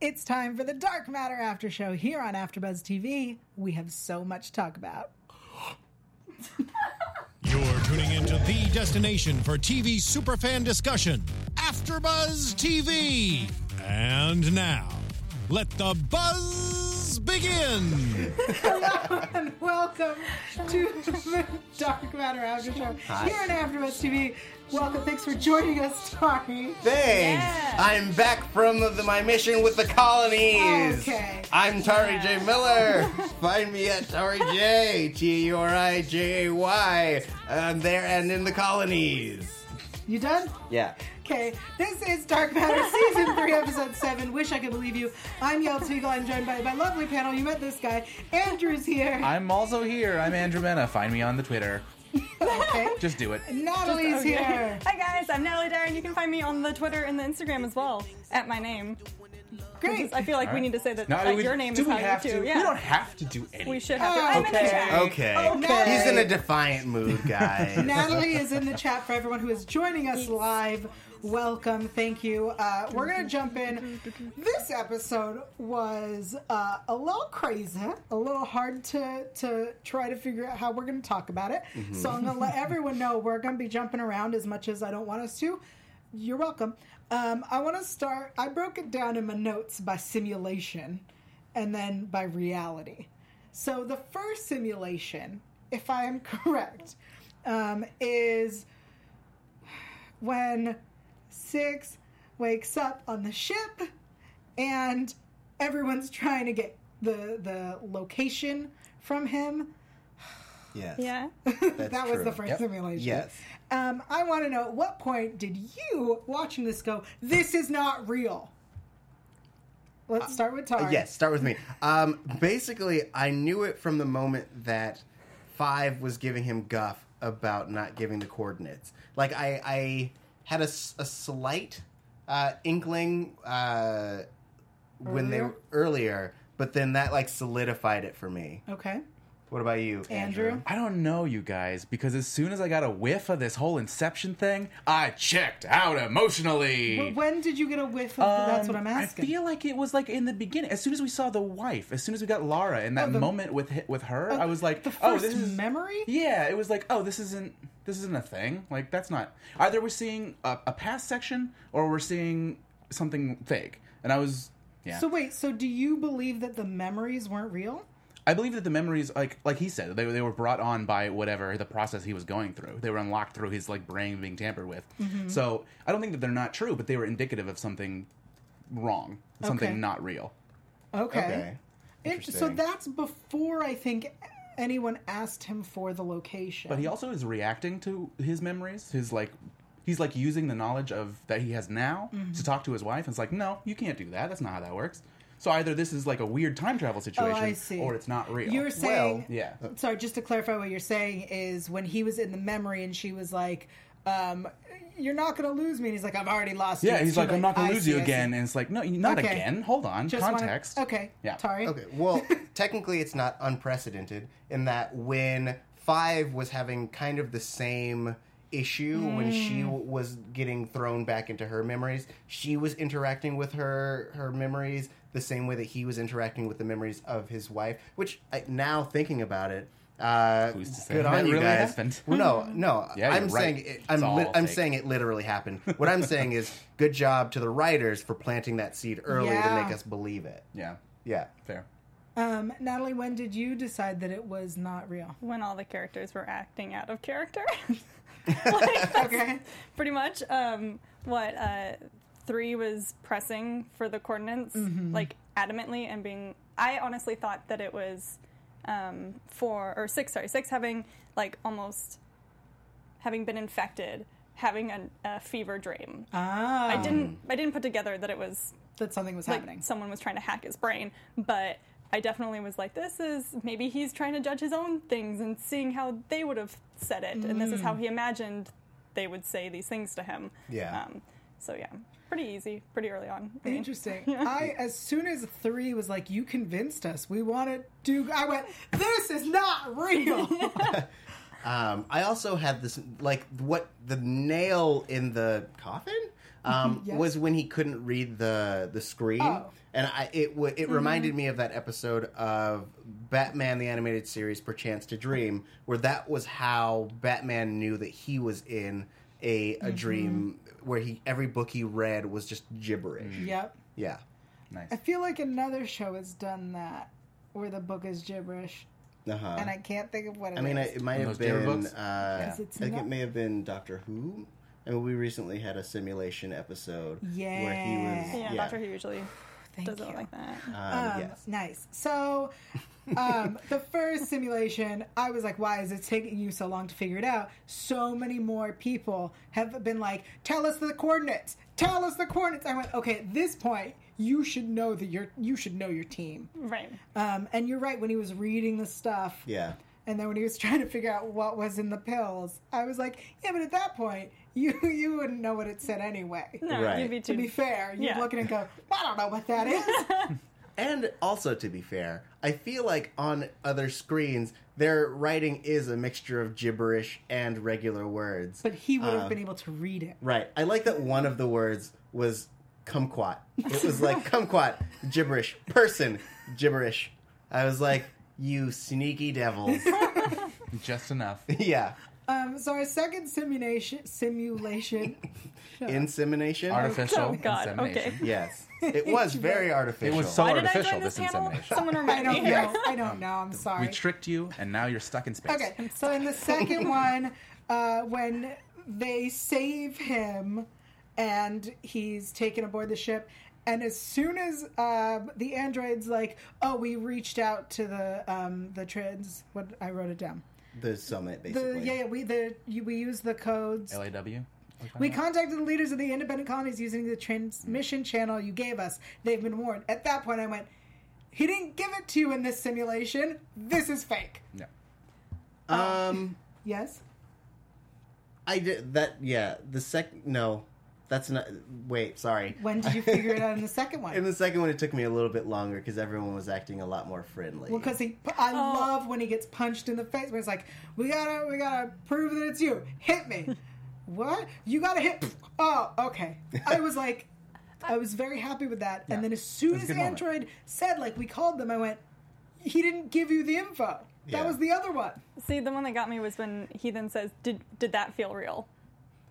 It's time for the Dark Matter After Show here on AfterBuzz TV. We have so much to talk about. You're tuning into the destination for TV superfan discussion, AfterBuzz TV. And now, let the buzz begin. and welcome to the Dark Matter After Show here on AfterBuzz TV. Welcome, thanks for joining us, Tari. Thanks. I'm back from the, my mission with the colonies. Okay. I'm Tari J. Miller. Find me at Tari J. T U R I J A Y. I'm there and in the colonies. You done? Yeah. Okay, this is Dark Matter Season 3, Episode 7. Wish I could believe you. I'm Yael Teagle. I'm joined by my lovely panel. You met this guy. Andrew's here. I'm also here. I'm Andrew Mena. Find me on the Twitter. okay. Just do it. Natalie's here. Hi guys, I'm Natalie Dyer, and you can find me on the Twitter and the Instagram as well at my name. Great. I feel like we Alright. need to say that Now, like, we- uh, your name do is we how have you to? too. We don't Yeah, have to do anything. we should have to. Oh, I'm in okay. the chat. Okay. Okay. He's in a defiant mood, guys. Natalie is in the chat for everyone who is joining us live. Welcome, thank you. Uh, we're gonna jump in. This episode was uh, a little crazy, a little hard to to try to figure out how we're gonna talk about it. So I'm gonna let everyone know we're gonna be jumping around as much as I don't want us to. You're welcome. Um, I want to start. I broke it down in my notes by simulation, and then by reality. So the first simulation, if I am correct, um, is when Six wakes up on the ship and everyone's trying to get the the location from him. Yes. Yeah. That's that was true. the first Yep. simulation. Yes. Um, I want to know at what point did you watching this go, this is not real? Let's start with Tara. Uh, Yes, start with me. Um, basically, I knew it from the moment that Five was giving him guff about not giving the coordinates. Like, I, I had a, s- a slight uh, inkling uh, when they were Earlier? earlier, but then that like solidified it for me. Okay. What about you, Andrew? Andrew? I don't know, you guys, because as soon as I got a whiff of this whole Inception thing, I checked out emotionally. But when did you get a whiff of that's what I'm Um, asking? I feel like it was like in the beginning. As soon as we saw the wife, as soon as we got Lara in that Oh, the- moment with hi- with her, I was like, the "Oh, first this is memory? Yeah, it was like, "Oh, this isn't this isn't a thing." Like that's not either we're seeing a, a past section or we're seeing something fake. And I was, yeah. So wait, so do you believe that the memories weren't real? I believe that the memories, like like he said, they, they were brought on by whatever the process he was going through. They were unlocked through his like brain being tampered with. Mm-hmm. So I don't think that they're not true, but they were indicative of something wrong, something Okay. not real. Okay. Okay. It- so Interesting. that's before I think anyone asked him for the location. But he also is reacting to his memories. His like, he's like using the knowledge of that he has now Mm-hmm. to talk to his wife. And it's like, no, you can't do that. That's not how that works. So either this is like a weird time travel situation, Oh, see. or it's not real. You're saying yeah. sorry, just to clarify what you're saying is when he was in the memory and she was like, um, you're not gonna lose me and he's like, I've already lost you. Yeah, It's he's too like, late. I'm not I gonna lose see, you I see. again, and it's like, no, not Okay. again. Hold on, Just wanna- context. okay. Yeah. Sorry. Okay, well, technically, it's not unprecedented in that when Five was having kind of the same issue when she w- was getting thrown back into her memories, she was interacting with her her memories the same way that he was interacting with the memories of his wife. Which I, now thinking about it. Uh, Who's to say good that on you really guys. happened? Well, no, no. Yeah, you're I'm right. saying it, It's I'm all li- I'm fake. saying it literally happened. What I'm saying is, good job to the writers for planting that seed early Yeah. to make us believe it. Yeah, Yeah. fair. Um, Natalie, when did you decide that it was not real? When all the characters were acting out of character. Like, that's Okay. Pretty much. Um, what uh, three was pressing for the coordinates like adamantly and being. I honestly thought that it was um, four or six. Sorry, six having like almost having been infected, having a, a fever dream. Ah, I didn't. I didn't put together that it was that something was like happening. someone was trying to hack his brain, but I definitely was like, this is maybe he's trying to judge his own things and seeing how they would have said it, and this is how he imagined they would say these things to him. Mm. Yeah. Um, so yeah, pretty easy, pretty early on. I mean, Interesting. I as soon as three was like, you convinced us. We want to do. I went. This is not real. Um, I also had this like what the nail in the coffin um, Yes. was when he couldn't read the the screen, Oh. Mm-hmm. and I, it wa it reminded me of that episode of Batman the animated series, Perchance to Dream, where that was how Batman knew that he was in a a Mm-hmm. dream, where he every book he read was just gibberish. Yep. Yeah, Nice. I feel like another show has done that where the book is gibberish uh-huh. and I can't think of what it is. I mean, it might One have of those Jabber been. books? Uh, I 'Cause it's think not- it may have been Doctor Who. I mean, we recently had a simulation episode where he Yeah. was. Yeah, Yeah, Doctor Who usually Thank does it you. like that. Um, Um, yes. Nice. So, um, the first simulation, I was like, why is it taking you so long to figure it out? So many more people have been like, tell us the coordinates. Tell us the coordinates. I went, okay, at this point, you should know that you're, you should know your team. Right. Um, and you're right, when he was reading the stuff, Yeah. and then when he was trying to figure out what was in the pills, I was like, yeah, but at that point, you, you wouldn't know what it said anyway. No, Right. you'd be To too. be fair, you Yeah. look at it and go, I don't know what that is. And also, to be fair, I feel like on other screens, their writing is a mixture of gibberish and regular words. But he would have Um, been able to read it. right. I like that one of the words was kumquat. It was like kumquat, gibberish, person, gibberish. I was like, you sneaky devils. Just enough. Oh, yeah. Um, so our second simulation simulation Insemination? Artificial Oh, God, insemination. okay. Yes, it was very artificial. It was so Why did I artificial. join this This panel? insemination. Someone Oh, I remind don't me. know. I don't know. I'm sorry. We tricked you, and now you're stuck in space. Okay, so in the second one, uh, when they save him and he's taken aboard the ship, and as soon as uh, the android's like, "Oh, we reached out to the um, the trans," what I wrote it down. the summit, The basically. yeah, yeah, we the you- we use the codes. LAW. We contacted the leaders of the independent colonies using the transmission channel you gave us. They've been warned. At that point, I went, He didn't give it to you in this simulation. This is fake. No. Um, Yes? I did that. Yeah, the sec. No, that's not. Wait, sorry. When did you figure it out in the second one? In the second one, it took me a little bit longer because everyone was acting a lot more friendly. well, because he, I love when he gets punched in the face. Where it's like, we gotta, we gotta prove that it's you. Hit me. what? You gotta hit. Oh, okay. I was like, I was very happy with that. Yeah. And then as soon It was a as good moment. Android said, like, we called them, I went, he didn't give you the info. That Yeah. was the other one. See, the one that got me was when he then says, "Did did that feel real?"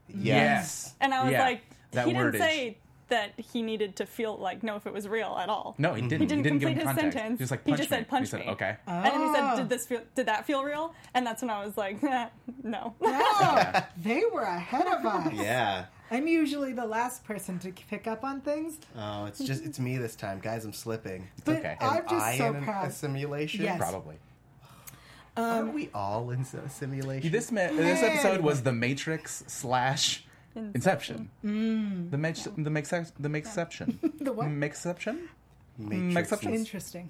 Yes. And I was Yeah, like, that he didn't wordage. say that he needed to feel like know if it was real at all. No, he Mm-hmm. didn't. He didn't give complete him his context. sentence. He was like, He punch just me. said, punch he said, me. okay. Oh, And then he Ah. said, "Did this feel? Did that feel real?" And that's when I was like, "No." Oh, they were ahead of us. Yeah. I'm usually the last person to pick up on things, Oh, it's just it's me this time, guys. I'm slipping. but okay. I'm Am just I so in an- a proud. simulation? Yes. Um, Probably. Are we all in a simulation? This ma- this episode was the Matrix slash Inception. The Matrix. The Matrix. The Matrixception. The what? Um, Matrixception. Matrix Exception. is- Interesting.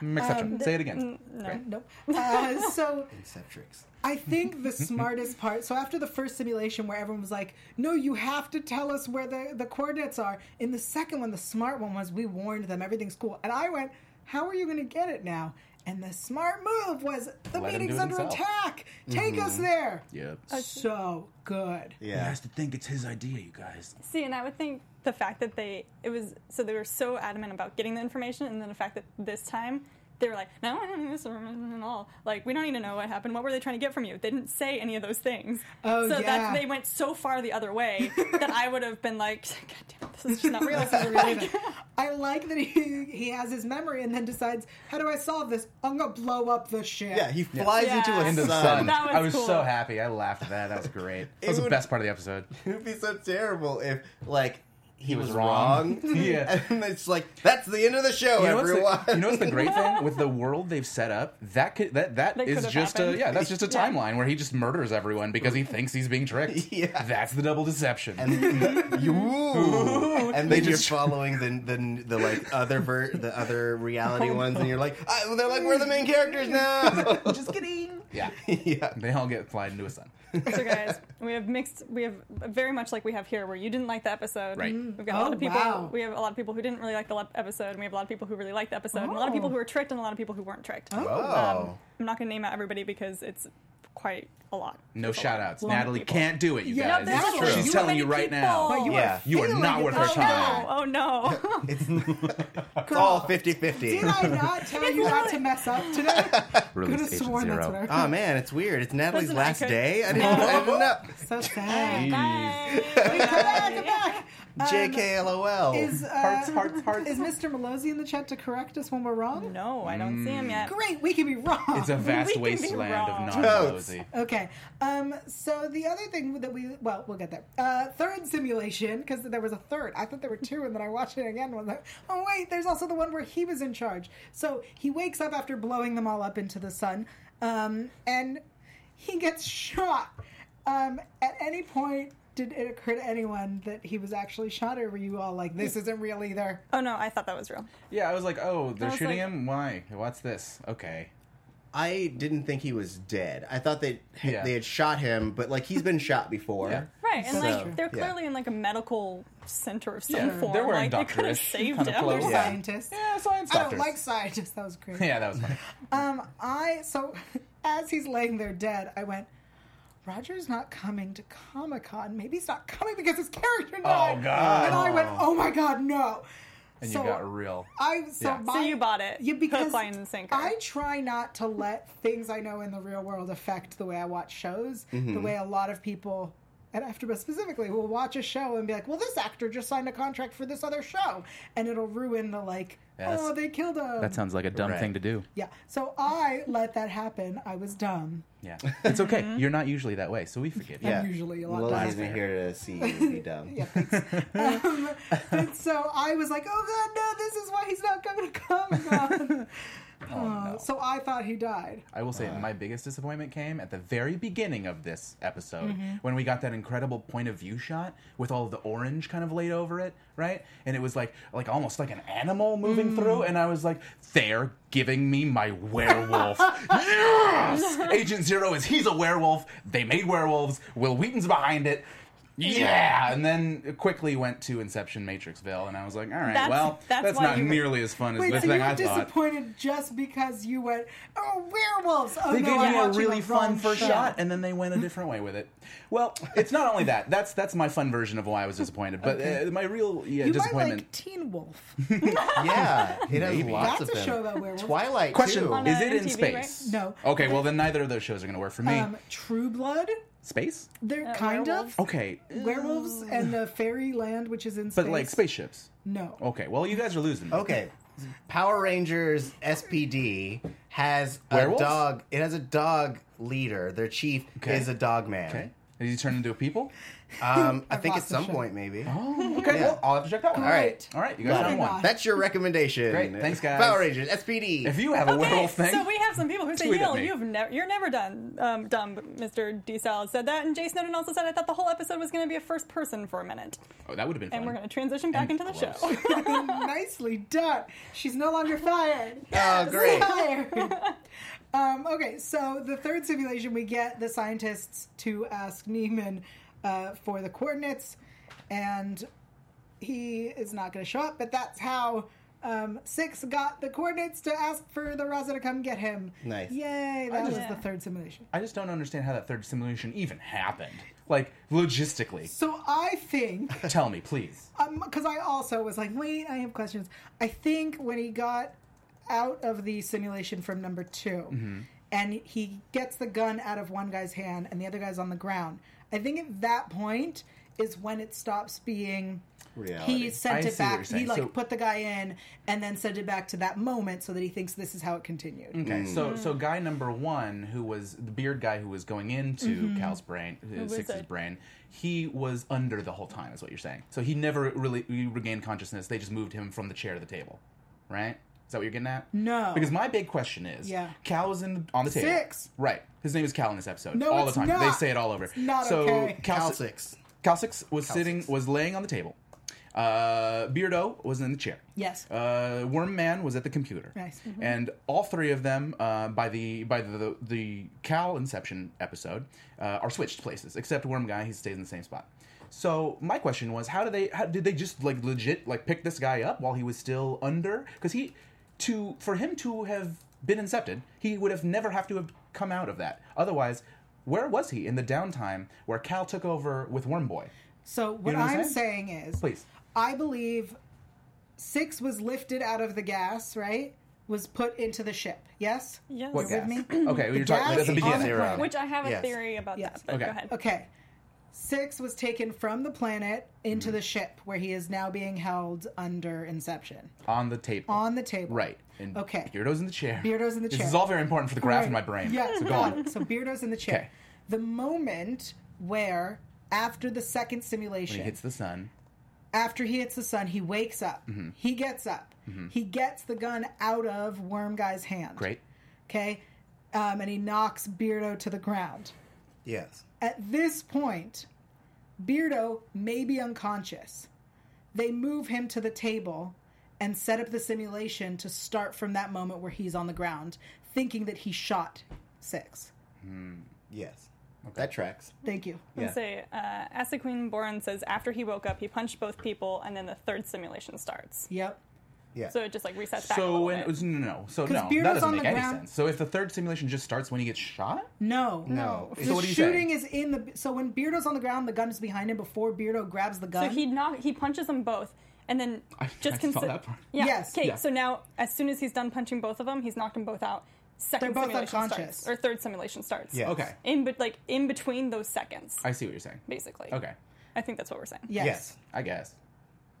Ma- Matrixception. Say it again. no. Nope. Uh, so Inceptrix. I think the smartest part. So after the first simulation, where everyone was like, "No, you have to tell us where the the coordinates are," in the second one, the smart one was, "We warned them, everything's cool," and I went, "How are you going to get it now?" And the smart move was, "The Let him do meeting's it under himself." Mm-hmm. attack. Take us there." Yep. So good. He Yeah. has to think it's his idea, you guys. See, and I would think the fact that they it was so they were so adamant about getting the information, and then the fact that this time they were like, "No, I don't need this information at all. Like, we don't need to know what happened. What were they trying to get from you? They didn't say any of those things. Oh, so yeah. they went so far the other way that I would have been like, "God damn, it, this is just not real." I like that he he has his memory and then decides, how do I solve this? I'm gonna blow up the ship. Yeah. He flies Yeah. into a Into The sun. sun. That was I was cool. so happy. I laughed at that. That was great. That was the would- best part of the episode. It would be so terrible if, like, he, was, was wrong. wrong. Yeah. And it's like, that's the end of the show, You know, what's everyone. the, you know what's the great thing with the world they've set up? That could that that That is could've just happened. a yeah, that's just a Yeah. timeline where he just murders everyone because he thinks he's being tricked. Yeah. that's the double deception. and you, and They then you're just- following the, the the like other ver- the other reality Oh, ones, and you're like, I, they're like, we're the main characters now. Just kidding. yeah, yeah, they all get flied into a sun. so guys, we have mixed. We have very much like we have here, where you didn't like the episode. Right. We've got a Oh, lot of people. wow. We have a lot of people who didn't really like the le- episode, and we have a lot of people who really liked the episode, and a lot Oh. of Um, people who were tricked, and a lot of people who weren't tricked. Oh. I'm not going to name out everybody because it's quite a lot. No There's a shout lot- outs. lot of Natalie people. can't do it, you Yeah, guys. that's It's true. She's You telling many you right people. now. But you Yeah. are You are feeling not it. worth our Oh, time. no. Oh no! It's all Girl. 50 50. Did I not tell you not to mess up today? Could have Release Agent sworn that's what Zero. I Oh man, it's weird. It's Natalie's Listen, I last could- day. I didn't, I didn't know. So sad. Bye. Come back, come back. Um, JKLOL. Is, uh, Hearts, hearts, hearts. is Mr. Malozzi in the chat to correct us when we're wrong? No, I don't see him yet. Great, we can be wrong. It's a We vast can be wasteland wrong. of non Totes. rosy. Okay. Um, so the other thing that we well, we'll get there. Uh, third simulation because there was a third. I thought there were two, and then I watched it again. and Was like, oh wait, there's also the one where he was in charge. So he wakes up after blowing them all up into the sun, um, and he gets shot. Um, at any point, did it occur to anyone that he was actually shot, or were you all like, this isn't real either? Oh no, I thought that was real. Yeah, I was like, oh, they're was shooting like- him? Why? What's this? Okay. I didn't think he was dead. I thought that Yeah. they had shot him, but like he's been shot before. Yeah. Right, and So- like they're yeah. clearly in like a medical center of some Yeah, form. they're wearing like they could have doctorish saved kind of him. clothes. They're Yeah. scientists. Yeah, science I don't doctors. like scientists. That was great. Yeah, that was funny. Um, I so as he's laying there dead, I went. Roger's not coming to Comic Con. Maybe he's not coming because his character died. Oh, God. And I went, oh my god, no. And So you got real. I so, Yeah. So my, So you bought it. yeah because hook, line, and sinker. I try not to let things I know in the real world affect the way I watch shows. The Mm-hmm. way a lot of people at AfterBuzz specifically will watch a show and be like, well, this actor just signed a contract for this other show, and it'll ruin the like, Yes. oh, they killed him. That sounds like a dumb Right. thing to do. Yeah. So I let that happen. I was dumb. Yeah. It's okay. Mm-hmm. You're not usually that way, so we forgive you. Yeah. usually a lot Lois dumber. isn't here to see you be dumb. Yeah, thanks. um, but so I was like, oh god, no, this is why he's not coming to Comic Con. Oh, Uh, So I thought he died. I will say my biggest disappointment came at the very beginning of this episode Mm-hmm. when we got that incredible point of view shot with all the orange kind of laid over it, right? And it was like like almost like an animal moving Mm. through, and I was like, they're giving me my werewolf. yes! Agent Zero is he's a werewolf. They made werewolves. Will Wheaton's behind it. Yeah, and then it quickly went to Inception Matrixville, and I was like, "All right, That's- well, that's that's, why not you were- nearly as fun as Wait, this so you thing were I thought." disappointed just because you went, oh, werewolves. Oh, They no, gave I'm me a watching really fun wrong first shot, and then they went a different way with it. Well, it's not only that. That's that's my fun version of why I was disappointed. But uh, my real yeah, You might disappointment. like Teen Wolf. Yeah, it has lots That's of a them. show about werewolves. Twilight Question: too. On, uh, Is it in MTV, right? space? No. Okay, well then neither of those shows are going to work for me. Um, True Blood. space? They're Uh, kind werewolves? of Okay, werewolves and the fairy land, which is in space. but like spaceships. No. Okay, well you guys are losing. me. okay, Power Rangers SPD has Werewolves? a dog. It has a dog leader. Their chief Okay. is a dog man. Okay. Did you turn into a people? Um, I think at lost the some show. point maybe. Oh, okay. Yeah. Well, I'll have to check that one. All right. All right, you guys Oh Moving have one. on. That's your recommendation. Great, thanks, guys. Power Rangers SPD. If you have a Okay, werewolf thing, So we have some people who say, Tweet at "Neil, me. you've never, you're never done um, dumb." But Mr. D. Salad said that, and Jay Snowden also said, "I thought the whole episode was going to be a first person for a minute." oh, that would have been fun. And we're going to transition back into the Gross. show. Nicely done. She's no longer fired. Oh, great. Fired. um, okay, so the third simulation, we get the scientists to ask Neiman uh, for the coordinates, and he is not going to show up, but that's how. Um, Six got the coordinates to ask for the Raza to come get him. Nice. Yay! That was just- the third simulation. I just don't understand how that third simulation even happened. Like logistically, So I think tell me, please. because Um, I also was like, wait, I have questions. I think when he got out of the simulation from number 2 Mm-hmm. and he gets the gun out of one guy's hand and the other guy's on the ground, I think at that point is when it stops being. Reality. He sent I it see what you're back. He saying. like So- put the guy in and then sent it back to that moment so that he thinks this is how it continued. Okay, Mm. so so guy number one, who was the beard guy who was going into Mm-hmm. Cal's brain, uh, was Six's it? brain, he was under the whole time, is what you're saying. So he never really he regained consciousness. They just moved him from the chair to the table, right? Is that what you're getting at? No. Because my big question is, Yeah. Cal is in the, on the table. Six. Right. His name is Cal in this episode. No, all it's the time. They not. say it all over. It's not so okay. Cal, Cal Six. Cal Six was sitting, Six. was laying on the table. Uh, Beardo was in the chair. Yes. Uh, Worm Man was at the computer. Nice. Mhm. And all three of them, uh, by the by the the Cal Inception episode, uh, are switched places. Except Worm Guy, he stays in the same spot. So my question was, how do they? How, did they just like legit like pick this guy up while he was still under? Because he to for him to have been incepted, he would have never have to have come out of that. Otherwise, where was he in the downtime where Cal took over with Wormboy? So what, know what I'm I'm saying? saying is, Please. I believe six was lifted out of the gas, right? Was put into the ship. Yes. Yes. What You're gas? with me? Okay, well, you're talking gas that's the on beginning. the Zero. planet. Which I have a Yes. theory about Yes. that, but Okay. go ahead. Okay. Six was taken from the planet into Mm-hmm. the ship, where he is now being held under Inception On the table. on the table. Right. And Okay. Beardo's in the chair. Beardo's in the This is chair. all very important for the graph in my Right. brain. Yeah, So go got on. it. So Beardo's in the chair. Okay. The moment where after the second When simulation, he hits the sun. after he hits the sun, he wakes up. Mm-hmm. He gets up. He gets the gun out of Worm Guy's hand. Great. Okay. Um, and he knocks Beardo to the ground. Yes. At this point, Beardo may be unconscious. They move him to the table and set up the simulation to start from that moment where he's on the ground, thinking that he shot Six. Yes. That tracks. Thank you. And say, uh, Asa Queen Boren says after he woke up, he punched both people, and then the third simulation starts. Yep. Yeah. So it just like resets back. a So little when bit. it was- no, no, no. So no, Beardo's that doesn't on make the any ground. sense. So if the third simulation just starts when he gets shot, No. No. The So what do you say? shooting is in the. So when Beardo's on the ground, the gun is behind him before Beardo grabs the So gun. he knock, he punches them both, and then I- just I saw consi- that part. Yeah. Yes. Okay. Yeah. So now, as soon as he's done punching both of them, he's knocked them both out. They're Second both simulation unconscious. starts, or third simulation starts. Yes. okay. In but like in between those seconds, I see what you're saying. basically. Okay. I think that's what we're saying. yes. Yes. I guess.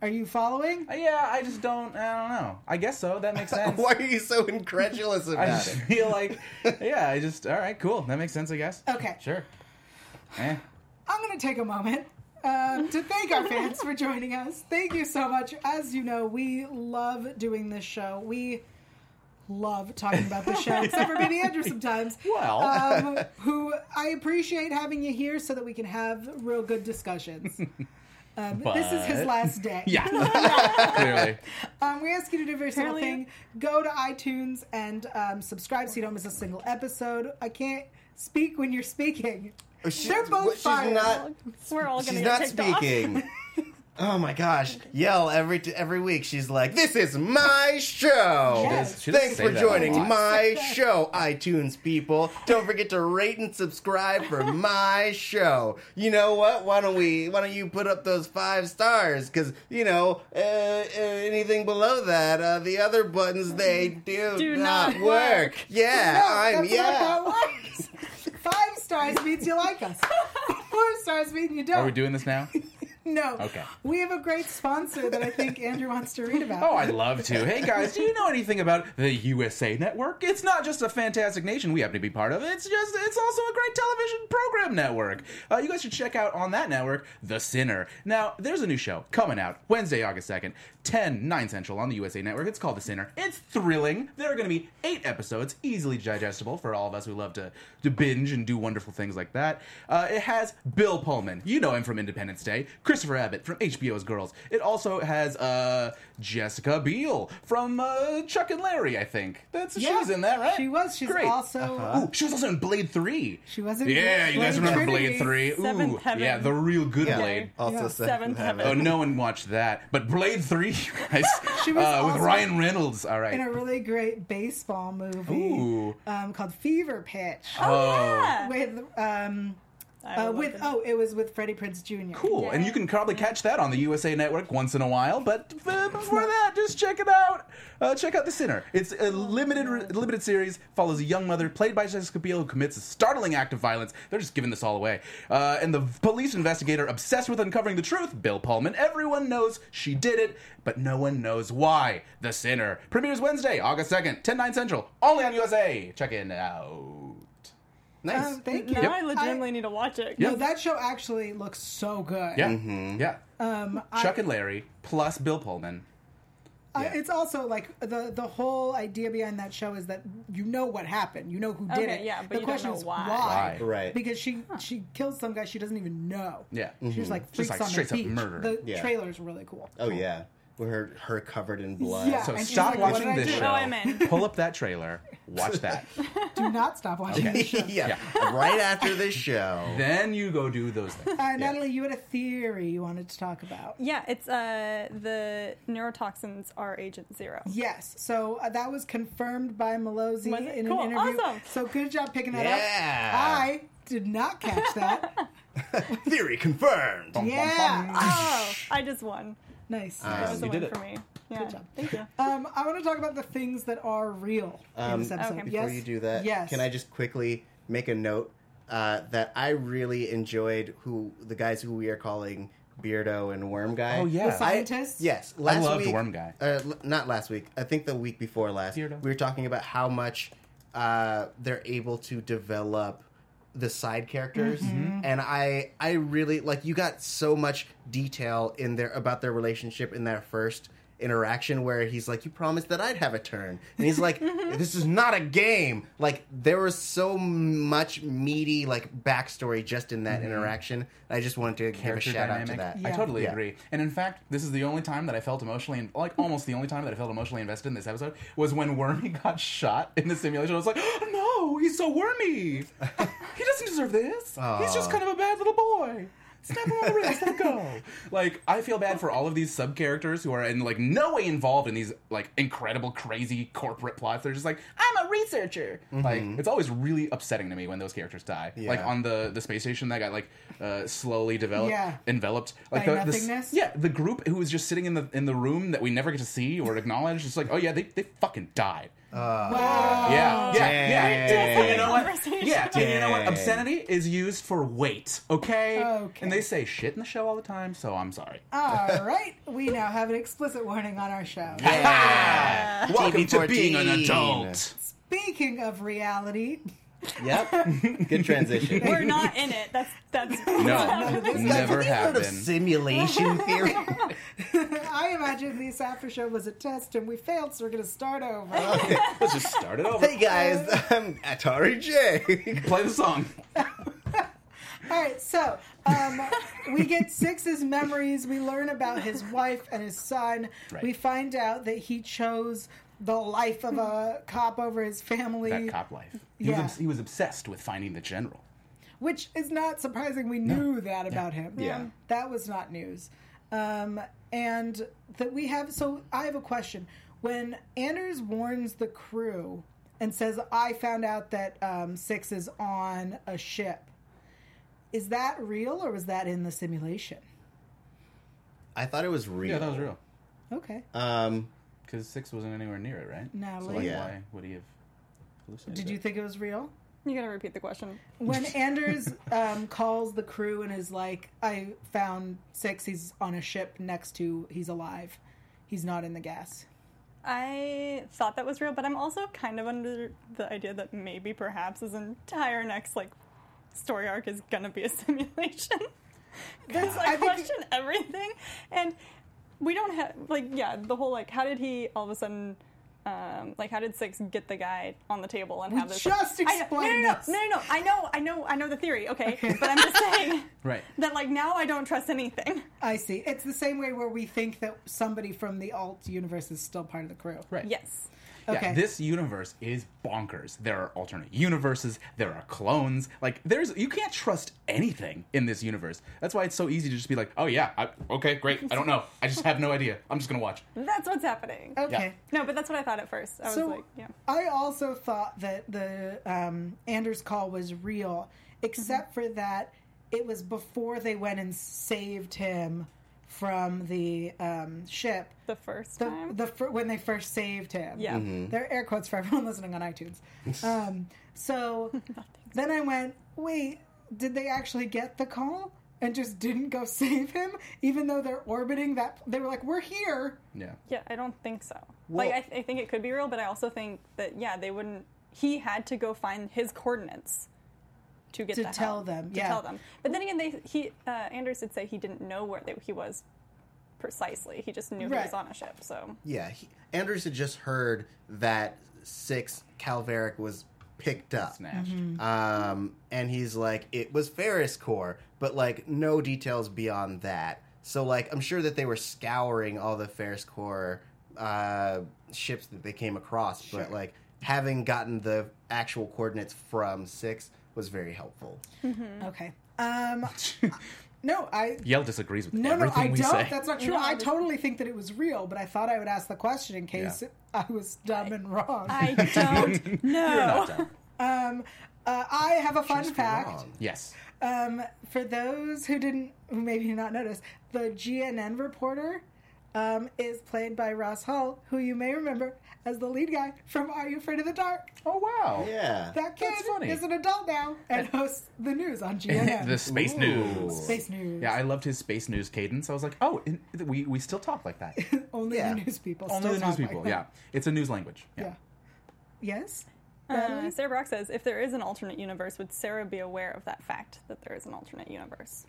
Are you following? Uh, Yeah, I just don't. I don't know. I guess so. That makes sense. Why are you so incredulous I about just it? feel like, yeah, I just, all right, cool. That makes sense, I guess. Okay. Sure. Eh. I'm going to take a moment uh, to thank our fans for joining us. Thank you so much. As you know, we love doing this show. We love talking about this show, except for Minnie Andrew sometimes. Well. um, who I appreciate having you here so that we can have real good discussions. Um, This is his But- last day. Yeah. Clearly. Um, we ask you to do a very simple Apparently- thing. Go to iTunes and um, subscribe so you don't miss a single episode. I can't speak when you're speaking. She- They're both what- Uh, she's fired. not. We're all gonna She's get not ticked off. speaking. Oh my gosh! Yell every t- every week. She's like, "This is my show." Yes. She does Thanks say for that a lot. joining my show, iTunes people. Don't forget to rate and subscribe for my show. You know what? Why don't we? Why don't you put up those five stars? Because you know uh, uh, anything below that, uh, the other buttons they do, Do not, not work. Yeah, No, I'm that's not yeah. how it works. Five stars means you like us. Four stars mean you don't. Are we doing this now? No. Okay. We have a great sponsor that I think Andrew wants to read about. Oh, I'd love to. Hey, guys, do you know anything about the USA Network? It's not just a fantastic nation we happen to be part of. It's just, it's also a great television program network. Uh, you guys should check out on that network, The Sinner. Now, there's a new show coming out Wednesday, August 2nd, 10, 9 central on the USA Network. It's called The Sinner. It's thrilling. There are going to be eight episodes, easily digestible for all of us who love to, to binge and do wonderful things like that. Uh, it has Bill Pullman. You know him from Independence Day. Christopher Abbott from HBO's Girls. It also has uh, Jessica Biel from uh, Chuck and Larry, I think. That's Yeah. She's in that, right? She was. She's Great. Uh-huh. also. uh, Ooh, she was also in Blade 3. She was in Yeah, Blade you guys remember Trinity. Blade 3. Ooh, Seventh Heaven. yeah, the real good Yeah. Blade. Also, Yeah. Seth Seventh Heaven. heaven. Oh, no one watched that. But Blade 3, you guys. She was uh, with also Ryan Reynolds. All right. In a really great baseball movie Ooh. um, called Fever Pitch. Oh. Yeah. With. Um, I uh, love with it. oh, it was with Freddie Prince Jr. Cool, and you can probably catch that on the USA Network once in a while. But uh, before that, just check it out. Uh, check out The Sinner. It's a limited limited series. Follows a young mother played by Jessica Biel who commits a startling act of violence. They're just giving this all away. Uh, and the police investigator obsessed with uncovering the truth, Bill Pullman. Everyone knows she did it, but no one knows why. The Sinner premieres Wednesday, August second, ten nine central, only on USA. Check it out. Nice. Um, thank you. Now I legitimately need to watch it. No, that show actually looks so good. Yeah, yeah. Um, Chuck and Larry plus Bill Pullman. Uh, Yeah. It's also like the the whole idea behind that show is that you know what happened, you know who did Okay, it. yeah, but the you don't question know is why. Why? Right. Because she she kills some guy she doesn't even know. Yeah. she was Mm-hmm. like Just freaks like on straight the up beach. murder. The Yeah. trailer's really cool. Oh yeah, with her her covered in blood. Yeah. So And she's stop like, "What watching did I this do?" show. Oh, I'm in. Pull up that trailer. Watch that. Do not stop watching this show. Uh, yeah. Right after this show. then you go do those things. Uh, Natalie, you had a theory you wanted to talk about. Yeah, it's uh the neurotoxins are Agent Zero. Yes, so uh, that was confirmed by Malozzi Was it? in Cool, an interview. awesome. So good job picking that Yeah. up. I did not catch that. Theory confirmed. yeah. Oh, I just won. Nice. That was a Um, you win did it. for me. Yeah. Good job. Thank you. Um, I want to talk about the things that are real in this episode. Okay. Yes? Um, Before you do that, yes. can I just quickly make a note uh, that I really enjoyed who the guys who we are calling Beardo and Worm Guy. Oh, yeah. The scientists? I, yes. Last loved week, Worm Guy. Uh, l- not last week. I think the week before last. Beardo. We were talking about how much uh, they're able to develop the side characters and i i really like you got so much detail in there about their relationship in that first interaction where he's like you promised that i'd have a turn and he's like this is not a game like there was so much meaty like backstory just in that interaction i just wanted to Mm-hmm. character give a shout dynamic. out to that I Yeah. totally Yeah. agree. And in fact, this is the only time that I felt emotionally, in, like almost the only time that I felt emotionally invested in this episode was when Wormy got shot in the simulation. I was like, oh, no, he's so wormy. he doesn't deserve this. He's just kind of a bad little boy. Snap him on the wrist, let him go. Like, I feel bad for all of these sub characters who are in like no way involved in these like incredible, crazy corporate plots. They're just like, I'm a researcher. Like, it's always really upsetting to me when those characters die. Like Mm-hmm. Yeah. on the the space station that got like uh, slowly developed Yeah. enveloped like By the, the s- nothingness? yeah the group who was just sitting in the in the room that we never get to see or acknowledge it's like oh yeah they, they fucking died Wow. yeah yeah yeah, Dang. And you know what Conversation. yeah and you know what Dang. obscenity is used for weight okay Okay. Oh. and they say shit in the show all the time so i'm sorry All right. We now have an explicit warning on our show. welcome to being an TV14. adult Speaking of reality, yep good transition We're not in it. That's that's no never Sort of happened simulation theory I imagine this after show was a test and we failed, so we're going to start over. Uh. let's just start it over Hey guys, I'm Atari J. play the song All right, so um, we get Six's memories. We learn about his wife and his son. Right. We find out that he chose the life of a cop over his family, that cop life he, Yeah. was, obs- he was obsessed with finding the general which is not surprising. We knew that about him. Yeah. That was not news. Um, and that we have, so I have a question. When Anders warns the crew and says, I found out that um, Six is on a ship, is that real or was that in the simulation? I thought it was real. yeah that was real Okay. Um, Because six wasn't anywhere near it, right? No, So like- like, Yeah. why would he have? hallucinated Did it? you think it was real? You gotta repeat the question. When Anders um, calls the crew and is like, I found six, he's on a ship next to, he's alive. He's not in the gas. I thought that was real, but I'm also kind of under the idea that maybe perhaps his entire next like story arc is gonna be a simulation. Because I, I think- question everything, and we don't have like yeah the whole like how did he all of a sudden. Um, like how did six get the guy on the table and We have this? just like, I know- explained no, no, no, this. no, no, no. I know, I know, I know the theory. Okay, but I'm just saying Right. that like now I don't trust anything. I see. It's the same way where we think that somebody from the alt universe is still part of the crew. Right. Yes. Yeah, Okay. this universe is bonkers. There are alternate universes. There are clones. Like, there's you can't trust anything in this universe. That's why it's so easy to just be like, oh yeah, I, okay, great. I don't know. I just have no idea. I'm just gonna watch. That's what's happening. Okay. No, but that's what I thought at first. I So was like, yeah. I also thought that the um, Anders call was real, except for Mm-hmm. that it was before they went and saved him from the um, ship. The first the, time? the fir- when they first saved him. Yeah. Mm-hmm. They're air quotes for everyone listening on iTunes. Um, so then I went, wait, did they actually get the call and just didn't go save him? Even though they're orbiting that, they were like, we're here. Yeah. yeah, I don't think so. Well- like, I, th- I think it could be real, but I also think that, yeah, they wouldn't. He had to go find his coordinates to get To the tell help, them, To yeah. tell them. But then again, they he uh, Anders did say he didn't know where they, he was precisely. He just knew he Right. was on a ship. So yeah, he, Anders had just heard that six Calveric was picked up, Snatched. Mm. um, and he's like, it was Ferris Core, but like no details beyond that. So like, I'm sure that they were scouring all the Ferris Core uh, ships that they came across, but like having gotten the actual coordinates from six was very helpful. Mm-hmm. Okay. Um, no, I. Yell disagrees with No, no, everything I we don't. say. That's not true. No, I this- totally think that it was real, but I thought I would ask the question in case I was dumb and wrong. I don't know. You're not dumb. Um, Uh, I have a fun Just fact. wrong. Yes. Um, for those who didn't, who maybe did not notice, the GNN reporter um, is played by Ross Hull, who you may remember as the lead guy from Are You Afraid of the Dark? Oh wow. Yeah. That kid That's funny. is an adult now and hosts the news on GNN. the space Ooh. news. Space news. Yeah, I loved his space news cadence. I was like, oh, in, we we still talk like that. Only Yeah. the news people. Only still the talk news like people. that. yeah, it's a news language. Yeah. Yeah. Yes. Uh, Sarah Brock says, if there is an alternate universe, would Sarah be aware of that fact that there is an alternate universe?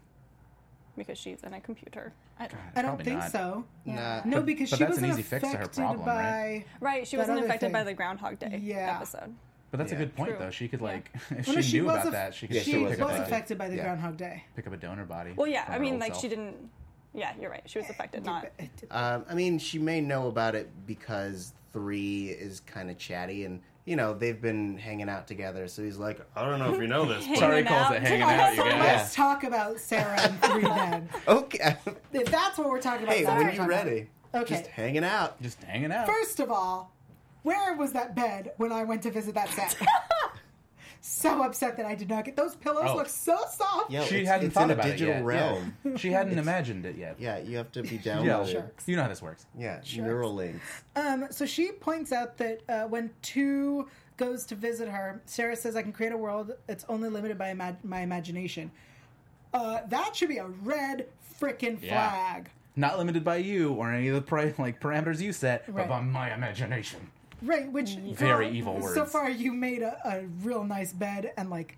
Because she's in a computer. I don't I don't Probably think not. so. Nah. No, because but she that's wasn't an easy fix affected to her problem, by. right? Right, she That wasn't other affected by thing. the Groundhog Day Yeah. episode. But that's Yeah. a good point, True. though. She could like, if Well, she, no, knew was about aff- that, she could Yeah, she, she still was was pick, up affected. a, affected by the Yeah. Groundhog Day. pick up a donor body. Well, yeah, for I her mean, old like, she self. didn't. Yeah, you're right. She was affected, not. Um, I mean, she may know about it because three is kind of chatty, and you know they've been hanging out together. So he's like, I don't know if you know this. but- Sorry, Hanging calls out. it hanging All right, out, you so guys. much. Let's talk about Sarah and Three then. okay. If that's what we're talking about. hey, that's when what you we're talking ready? Okay. Just hanging out. Just hanging out. about. First of all, where was that bed when I went to visit that set? so upset that I did not get those pillows. Oh. Look so soft. Yeah, she it's- hadn't it's thought in a about digital it yet. realm. Yeah. She hadn't imagined it yet. Yeah, you have to be down. Yeah. with it. Sure. You know how this works. Yeah, neural links. Um, so she points out that uh, when two goes to visit her, Sarah says, "I can create a world. It's only limited by ima- my imagination." Uh, that should be a red freaking Yeah. flag. Not limited by you or any of the pri- like parameters you set, Right. but by my imagination. Right, which Very evil So words. far, you made a, a real nice bed and like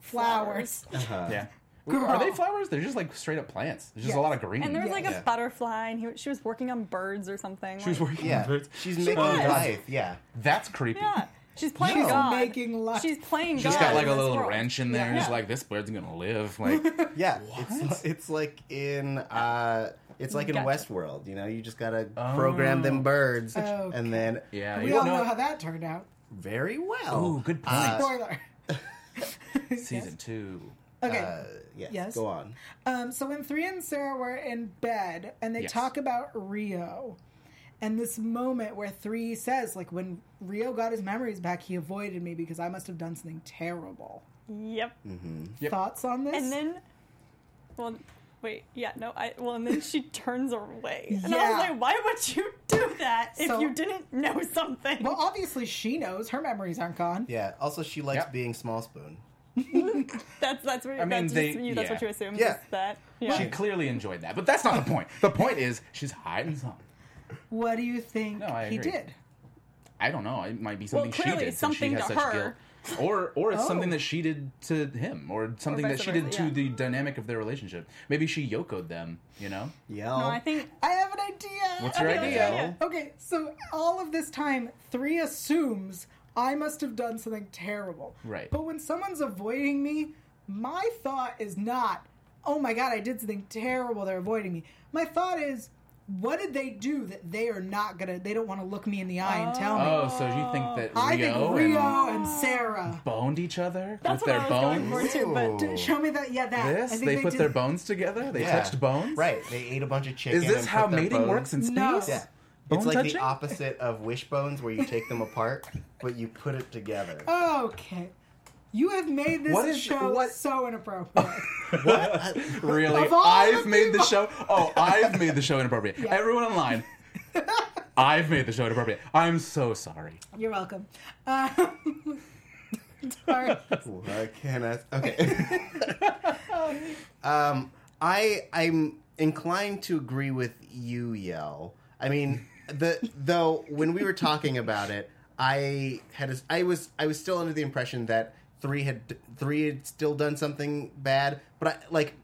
flowers. Yeah. Girl. Are they flowers? They're just like straight up plants. There's just Yes. a lot of green. And there was like Yeah. a butterfly, and he, she was working on birds or something. she was like- working. Yeah, with- she's making was. life. Yeah, That's creepy. Yeah, she's playing She's God. making life. She's playing God. She's got like in a this little world. wrench in there. Yeah. It's like this bird's gonna live. Like yeah. It's it's like in uh, it's like in Gotcha. Westworld. You know, you just gotta program them birds, Okay. and then Oh. yeah, we you all know- know how that turned out. very well. Uh, Ooh, good point. Uh, Spoiler. Season two. Okay. Uh, yes, Yes. Go on. Um, so when Three and Sarah were in bed and they Yes. talk about Rio and this moment where Three says, like, when Rio got his memories back, he avoided me because I must have done something terrible. Yep. Mm-hmm. Yep. Thoughts on this? And then, well, wait, yeah, no, I well, and then she turns away, and I Yeah. was like, why would you do that if So- you didn't know something? well, obviously she knows her memories aren't gone. Yeah. Also, she likes Yep. being small spoon. that's that's what I mean, that's, they- just, you, that's yeah. what you assume. Yeah. Yeah. That yeah. She clearly enjoyed that, but that's not the point. The point is she's hiding something. What do you think No, I he agree. did? I don't know. It might be something she clearly did. it's something so she has to such her. guilt. Or or it's Oh. something that she did to him, or something Or that vice she did versa, to yeah. the dynamic of their relationship. Maybe she yokoed them, you know? Yell. No, I think I have an idea. What's your Okay, what's your idea? idea? Okay, so all of this time, three assumes I must have done something terrible. Right. But when someone's avoiding me, my thought is not, oh my god, I did something terrible, they're avoiding me. My thought is, what did they do that they are not gonna, they don't wanna look me in the eye and tell me? Oh, so you think that I Rio, think Rio and and Sarah. boned each other that's what with their I was bones? going for too, but Ooh. Show me that, yeah, that. I This? think They, put did- their bones together? They Yeah. touched bones? Right. They ate a bunch of chicken. Is this and how put their mating bones- works in space? No. Yeah. Bone it's like touching? the opposite of wishbones, where you take them apart, but you put it together. Oh, Okay. You have made this What is- show what- so inappropriate. what? Really? Of all I've the made the people- show. Oh, I've made the show inappropriate. Yeah. Everyone online. I've made the show inappropriate. I'm so sorry. You're welcome. Um, sorry. Why can't I? Okay. um, I I'm inclined to agree with you, Yell. I mean, the though when we were talking about it, I had I was I was still under the impression that three had three had still done something bad, but I like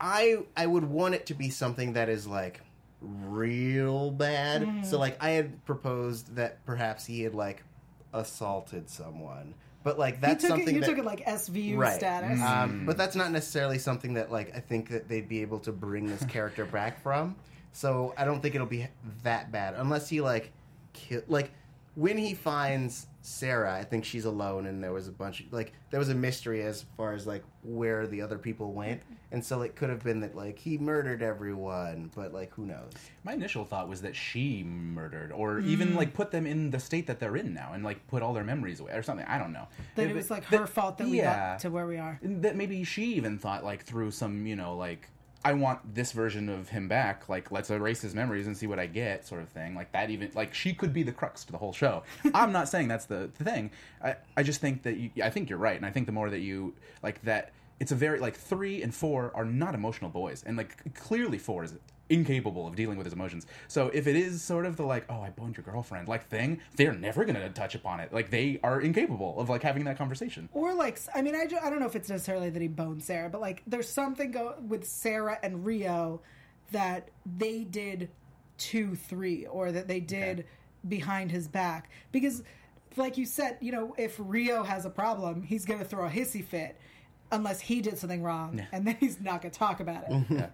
I I would want it to be something that is like real bad. Mm. So like I had proposed that perhaps he had like assaulted someone. But like You that's took it, something you that, took it like SVU right. status. Mm. Um, but that's not necessarily something that like I think that they'd be able to bring this character back from. So I don't think it'll be that bad unless he like kill like when he finds Sarah, I think she's alone, and there was a bunch of like there was a mystery as far as like where the other people went, and so it could have been that like he murdered everyone, but like who knows? My initial thought was that she murdered, or Mm. even like put them in the state that they're in now, and like put all their memories away, or something. I don't know. That If it was like her fault that we yeah. got to where we are. And that maybe she even thought like through some, you know, like I want this version of him back. Like let's erase his memories and see what I get, sort of thing. Like that even like she could be the crux to the whole show. I'm not saying that's the, the thing. I I just think that you, I think you're right, and I think the more that you like that. It's a very like three and four are not emotional boys, and like c- clearly four is incapable of dealing with his emotions. So if it is sort of the like, oh, I boned your girlfriend like thing, they're never gonna touch upon it. Like they are incapable of like having that conversation. Or like, I mean, I, ju- I don't know if it's necessarily that he boned Sarah, but like, there's something go with Sarah and Rio that they did two three, or that they did Okay. behind his back because, like you said, you know, if Rio has a problem, he's gonna throw a hissy fit unless he did something wrong, and then he's not gonna talk about it.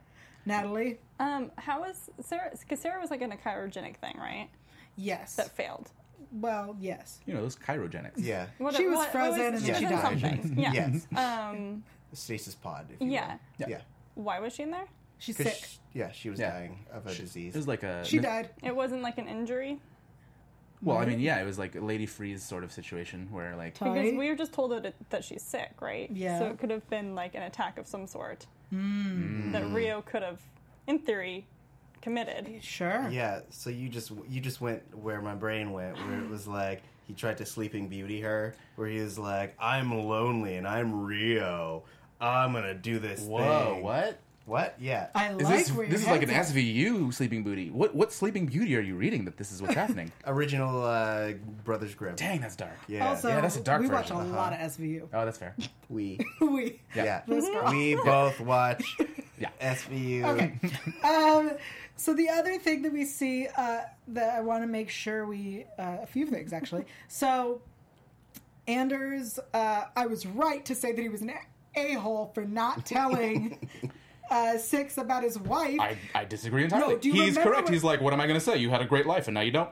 Natalie, Um, how was Sarah? Because Sarah was like in a chirogenic thing, right? yes, That failed. well, yes, You know those chirogenics. Yeah, What, She was what- what frozen and then she was she in died. Something. Yeah. yes, Um, stasis pod. If you Yeah. will. yeah, why was she in there? she's 'Cause sick. she- yeah, she was Yeah. dying of a disease. It was like a she died. It wasn't like an injury Well, I mean, yeah, it was like a Lady Freeze sort of situation where like Totally. because Right. we were just told that it, that she's sick, right? Yeah. So it could have been like an attack of some sort Hmm. that Rio could have, in theory, committed. Sure. Yeah, so you just you just went where my brain went, where it was like he tried to Sleeping Beauty her, where he was like, "I'm lonely and I'm Rio, I'm gonna do this whoa, thing." what? What? Yeah, I Is like this where this is your like an head's at. SVU Sleeping Beauty? What what Sleeping Beauty are you reading that this is what's happening? original uh, Brothers Grimm. Dang, that's dark. Yeah, Also, Yeah, that's a dark we watch a version, lot of SVU. Oh, that's fair. we we. yeah, Those girls. we both watch Yeah. SVU. Okay. um, so the other thing that we see uh, that I want to make sure we uh, a few things actually. So Anders, uh, I was right to say that he was an a hole for not telling uh, Six about his wife. I, I disagree entirely. do you He's remember correct. when- He's like, what am I going to say? You had a great life, and now you don't.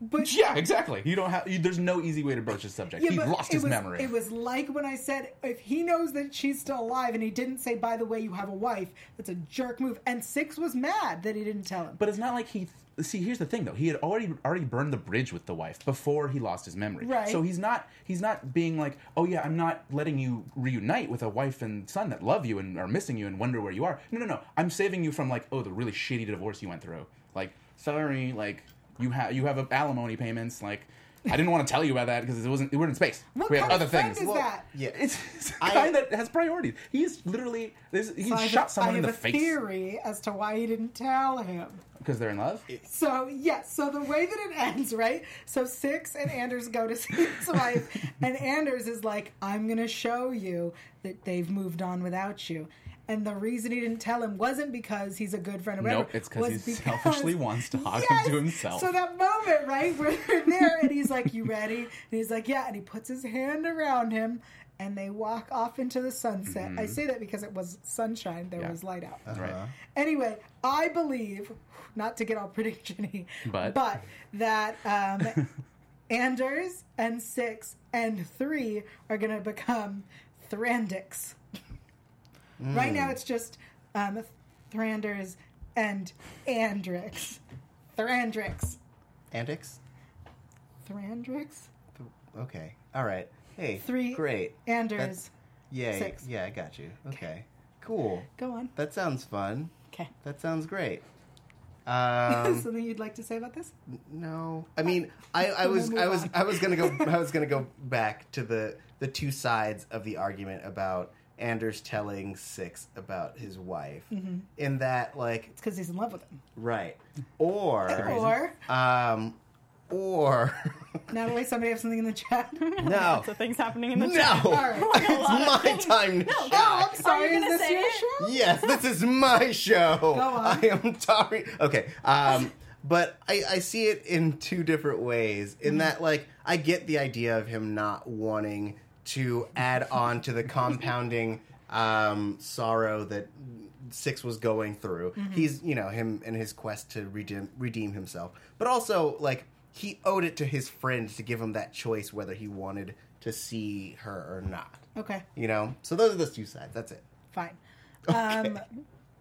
but Yeah, exactly. You don't have. You, there's no easy way to broach this subject. Yeah, he but lost it his was, memory. It was like when I said, if he knows that she's still alive and he didn't say, by the way, you have a wife, that's a jerk move. And Six was mad that he didn't tell him. But it's not like he. See, here's the thing, though. He had already already burned the bridge with the wife before he lost his memory. Right. So he's not he's not being like, oh yeah, I'm not letting you reunite with a wife and son that love you and are missing you and wonder where you are. No, no, no. I'm saving you from like, oh, the really shitty divorce you went through. Like, sorry, like you have you have a- alimony payments. Like, I didn't want to tell you about that because it wasn't we were in space. What we kind had other of friend things. is Well, that? Yeah, It's, it's a I- kind that has priorities. He's literally he's So I have shot a- someone I in the have a face theory as to why he didn't tell him. because they're in love. So yes, so the way that it ends, right? So Six and Anders go to Six's wife, and Anders is like, "I'm gonna show you that they've moved on without you." And the reason he didn't tell him wasn't because he's a good friend or whatever. Nope, it's 'cause was he selfishly wants to hog him to himself. So that moment, right, where they're there and he's like, "You ready?" And he's like, "Yeah," and he puts his hand around him, and they walk off into the sunset. I say that because it was sunshine; there Mm-hmm. Yeah. was light out. Uh-huh. Right. Anyway, I believe, not to get all prediction But? but that um, Anders and Six and Three are going to become Thrandix. Mm. Right now, it's just um, Thranders and Andrix. Thrandrix. antics. Thrandrix? Okay, all right. Hey, Three great. Anders. That's- Yeah, six. yeah, I got you. Okay, cool. Go on. That sounds fun. Okay. That sounds great. Um, Something you'd like to say about this? No, I mean, I, I was, move I was, on. I was gonna go, I was gonna go back to the the two sides of the argument about Anders telling Six about his wife, Mm-hmm. in that like, It's because he's in love with him. right, or, Or, um, or Natalie, somebody have something in the chat? no, So things happening in the no, chat. All right. it's my time to Oh, shine. I'm sorry. Is gonna this say your it? show? Yes, this is my show. on. I am sorry. Okay. Um, but I, I see it in two different ways. Mm-hmm. In that, like, I get the idea of him not wanting to add on to the compounding um, sorrow that Six was Mm-hmm. going through. He's, you know, him and his quest to redeem redeem himself. But also, like, he owed it to his friends to give him that choice whether he wanted to see her or not. Okay, You know? So those are the two sides. That's it. fine. Um,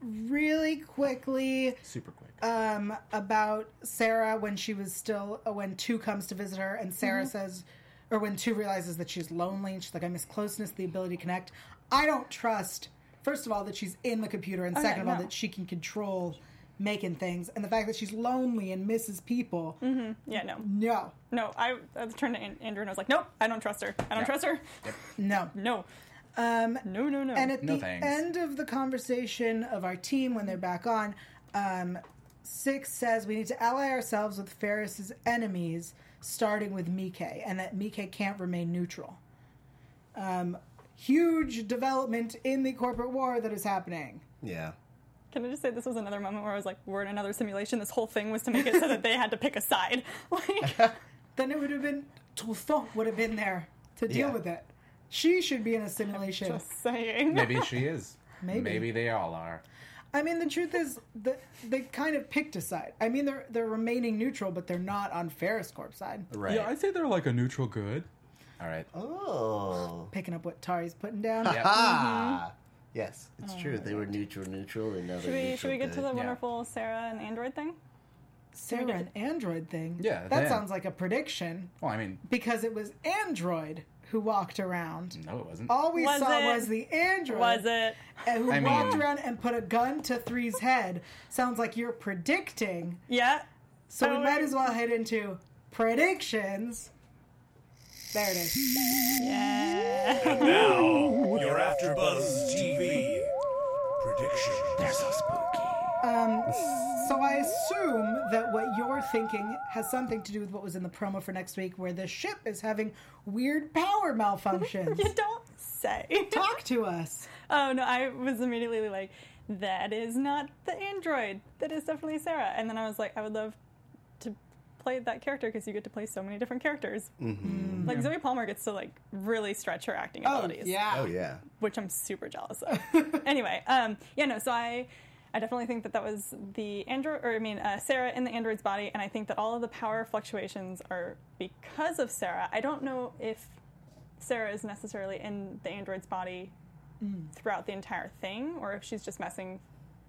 really quickly, Super quick. um, about Sarah when she was still uh, when two comes to visit her and Mm-hmm. Sarah says, or when two realizes that she's lonely and she's like, I miss closeness, the ability to connect. I don't trust. First of all, that she's in the computer, and Oh, yeah, second of all, no. that she can control making things, and the fact that she's lonely and misses people. Mm-hmm. Yeah, no. No, No, I, I turned to An- Andrew and I was like, nope, I don't trust her. I don't Yeah. trust her. no. No. Um, No, no, no. And at No the thanks. end of the conversation of our team, when they're back on, um, Six says we need to ally ourselves with Ferris's enemies, starting with Mike, and that Mike can't remain neutral. Um, huge development in the corporate war that is happening. Yeah. Can I just say this was another moment where I was like, we're in another simulation. This whole thing was to make it so that they had to pick a side. Like, Then it would have been Toussaint would have been there to deal Yeah. with it. She should be in a simulation. just saying. Maybe she is. Maybe. they all are. I mean, the truth is that they kind of picked a side. I mean, they're they're remaining neutral, but they're not on Ferris Corp side. Right. Yeah, I'd say they're like a neutral good. All right. oh. picking up what Tari's putting down. Yeah. Ah. Yes, it's true. They were neutral, neutral, and now Oh Should they're we, should we get to the neutral wonderful Sarah and Android thing? Sarah, an Android thing. Yeah, that then. sounds like a prediction Well, I mean, because it was Android who walked around. no, it wasn't. All we Was saw it? was the Android Was it? and who I mean- walked around and put a gun to Three's head. Sounds like you're predicting. Yeah. So Oh, we might wait. as well head into predictions. There it is. Yeah. Now, you're after Buzz TV. Prediction. They're so spooky. Um, so I assume that what you're thinking has something to do with what was in the promo for next week, where the ship is having weird power malfunctions. you don't say. Talk to us. Oh no, I was immediately like, that is not the android. That is definitely Sarah. And then I was like, I would love to play that character because you get to play so many different characters. Mm-hmm. Like Zoe Palmer gets to like really stretch her acting abilities, Oh yeah. which I'm super jealous of. anyway, um, yeah, no, so I. I definitely think that that was the android, or I mean, uh, Sarah in the android's body, and I think that all of the power fluctuations are because of Sarah. I don't know if Sarah is necessarily in the android's body Mm. throughout the entire thing, or if she's just messing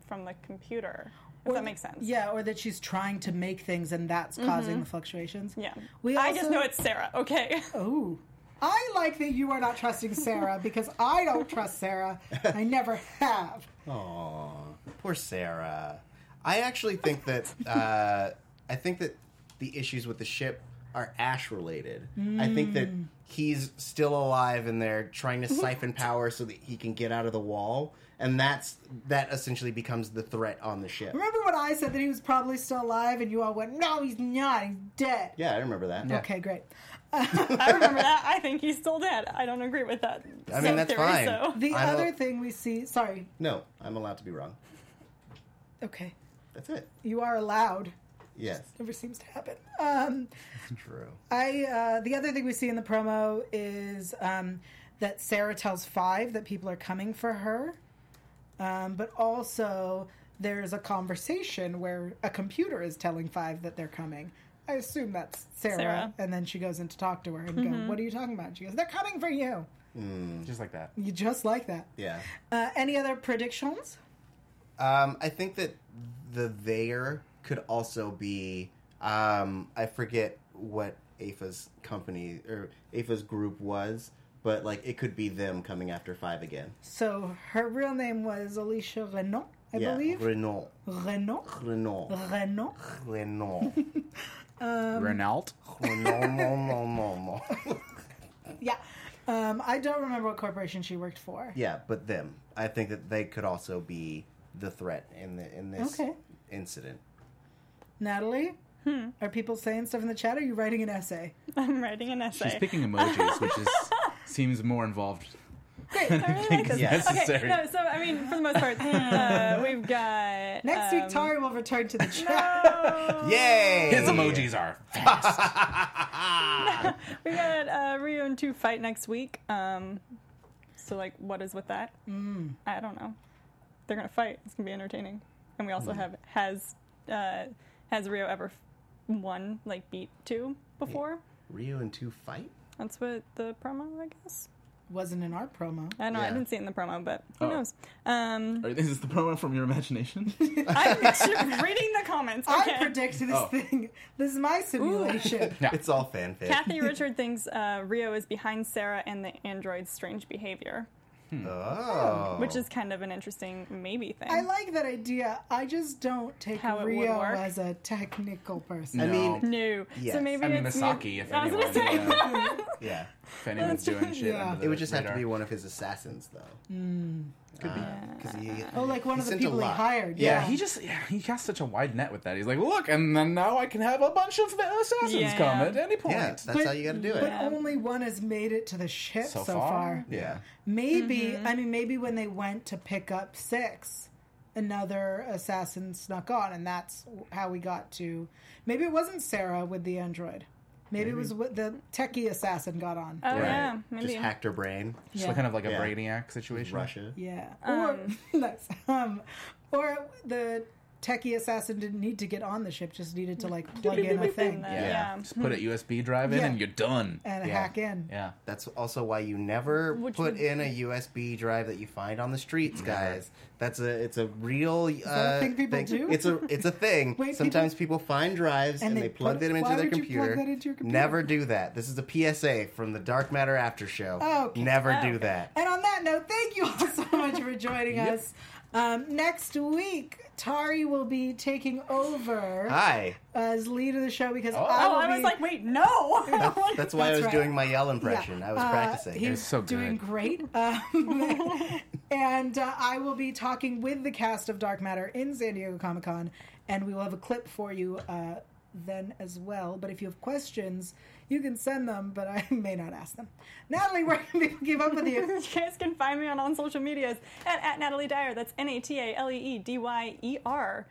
from the computer. If that makes sense. Yeah, or that she's trying to make things and that's causing the fluctuations. Mm-hmm. Yeah. We I just also- know it's Sarah. Okay. Oh. I like that you are not trusting Sarah because I don't trust Sarah. I never have. Aw, poor Sarah. I actually think that uh, I think that the issues with the ship are Ash related. I think that Mm. he's still alive and they're trying to siphon power so that he can get out of the wall, and that's that essentially becomes the threat on the ship. Remember when I said that he was probably still alive and you all went, no, he's not, he's dead. Yeah, I remember that. Okay, great. I remember that. I think he's still dead. I don't agree with that. I mean, that's fine. The I don't- other thing we see, sorry, No, I'm allowed to be wrong. okay, That's it. you are allowed. Yes, Never seems to happen. Um, it's true. I uh, the other thing we see in the promo is um, that Sarah tells Five that people are coming for her, um, but also there's a conversation where a computer is telling Five that they're coming. I assume that's Sarah, Sarah. and then she goes in to talk to her and go, "What are you talking about?" She goes, "They're coming for you." Just like that. You just like that. Yeah. Uh, any other predictions? Um, I think that the there could also be. Um, I forget what AFA's company or AFA's group was, but like it could be them coming after five again. So her real name was Alicia Renault, I yeah, believe. Renault, Renault, Renault, Renault. Renault, Renault? Renault. Yeah. Um, I don't remember what corporation she worked for. Yeah, but them. I think that they could also be the threat in the in this Okay. incident. Natalie? Hmm. Are people saying stuff in the chat? Or are you writing an essay? I'm writing an essay. She's picking emojis, which is seems more involved. Great. I really like this. Yes. Okay. Necessary. No, so I mean, for the most part, uh, we've got Next um, week, Tari will return to the chat. Yay! His emojis are fast. We got uh, Rio and two fight next week. Um, so like, what is with that? Mm. I don't know. They're gonna fight. It's gonna be entertaining. And we also have has uh, has Rio ever one like beat two before. Ryu and two fight. That's what the promo, I guess. Wasn't an art promo. I don't know. I Yeah. didn't see it in the promo, but who Oh. knows? Um, Or is this the promo from your imagination? I'm just reading the comments. Okay. I predict this Oh. thing. This is my simulation. It's all fanfic. Kathy Richard thinks uh, Rio is behind Sarah and the android's strange behavior, oh, which is kind of an interesting maybe thing. I like that idea. I just don't take How it would Rio work. as a technical person. I mean, no. Yes. So maybe I mean, it's Misaki, if I was gonna anyone, say. yeah. yeah. if anyone's doing shit, Yeah. under the It would just have radar. to be one of his assassins, though. Could be. 'cause he- Mm. Oh, like one he of the sent a people he lot. hired. Yeah, Yeah. he just yeah, he cast such a wide net with that. He's like, look, and then now I can have a bunch of assassins Yeah. come at any point. Yeah, that's But- how you got to do it. But only one has made it to the ship so, far. yeah. Maybe I mean maybe when they went to pick up six, another assassin snuck on, and that's how we got to. Maybe it wasn't Sarah with the android. Maybe, it was with the techie assassin got on. Oh yeah, Right. maybe. Just hacked her brain. So Yeah. kind of like a Yeah. Brainiac situation. Russia. Yeah. Or nice. Um, or the techie assassin didn't need to get on the ship; just needed to like plug in a thing Yeah. Yeah. Just put a USB drive in Yeah. and you're done. and Yeah. hack in. Yeah. That's also why you never Which put would- in a USB drive that you find on the streets, guys. That's a it's a real that uh, a thing people do? It's a it's a thing. Wait, Sometimes people, find drives and, And they, they plug put it- them into why their would you plug computer. that into your computer? Never do that. This is a PSA from the Dark Matter After Show. Okay. Never Oh, do okay. that. And on that note, thank you all so much for joining us. Um, next week, Tari will be taking Ah. over Hi. as lead of the show because I Oh, will I was be- like, wait, no. That's why I That's was right. doing my yell Yeah. impression. I was Uh, practicing. He's was so good. doing great. Um, and uh, I will be talking with the cast of Dark Matter in San Diego Comic Con, and we will have a clip for you uh, then as well. But if you have questions, you can send them, but I may not ask them. Natalie, where can people keep up with you? You guys can find me on all social medias at, at Natalie Dyer. That's N A T A L E E D Y E R.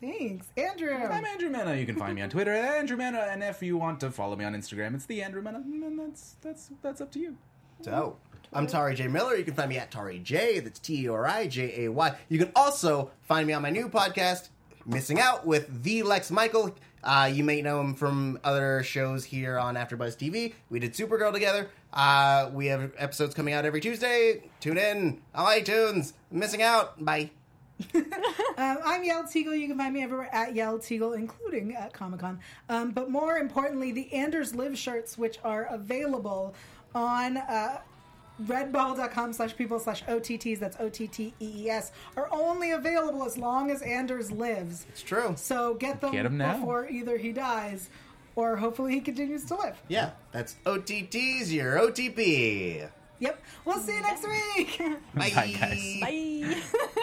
Thanks, Andrew. I'm Andrew Mena. You can find me on Twitter at Andrew Mena, and if you want to follow me on Instagram, it's the Andrew Mena, and that's that's that's up to you. So, I'm Tari J. Miller. You can find me at Tari J. That's T E R I J A Y. You can also find me on my new podcast, Missing Out, with the Lex Michael. Uh, you may know him from other shows here on AfterBuzz TV. We did Supergirl together. Uh, we have episodes coming out every Tuesday. Tune in on iTunes. Missing Out. Bye. Um, I'm Yael Teagle. You can find me everywhere at Yael Teagle, including at Comic Con. Um, but more importantly, the Anders Live shirts, which are available on. Uh, redbubble.com slash people slash otts that's o-t-t-e-e-s E are only available as long as anders lives It's true. so get them Get 'em now. before either he dies or hopefully he continues to live Yeah, that's OTT's your OTP. yep we'll see you next week Bye, guys. Bye.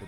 The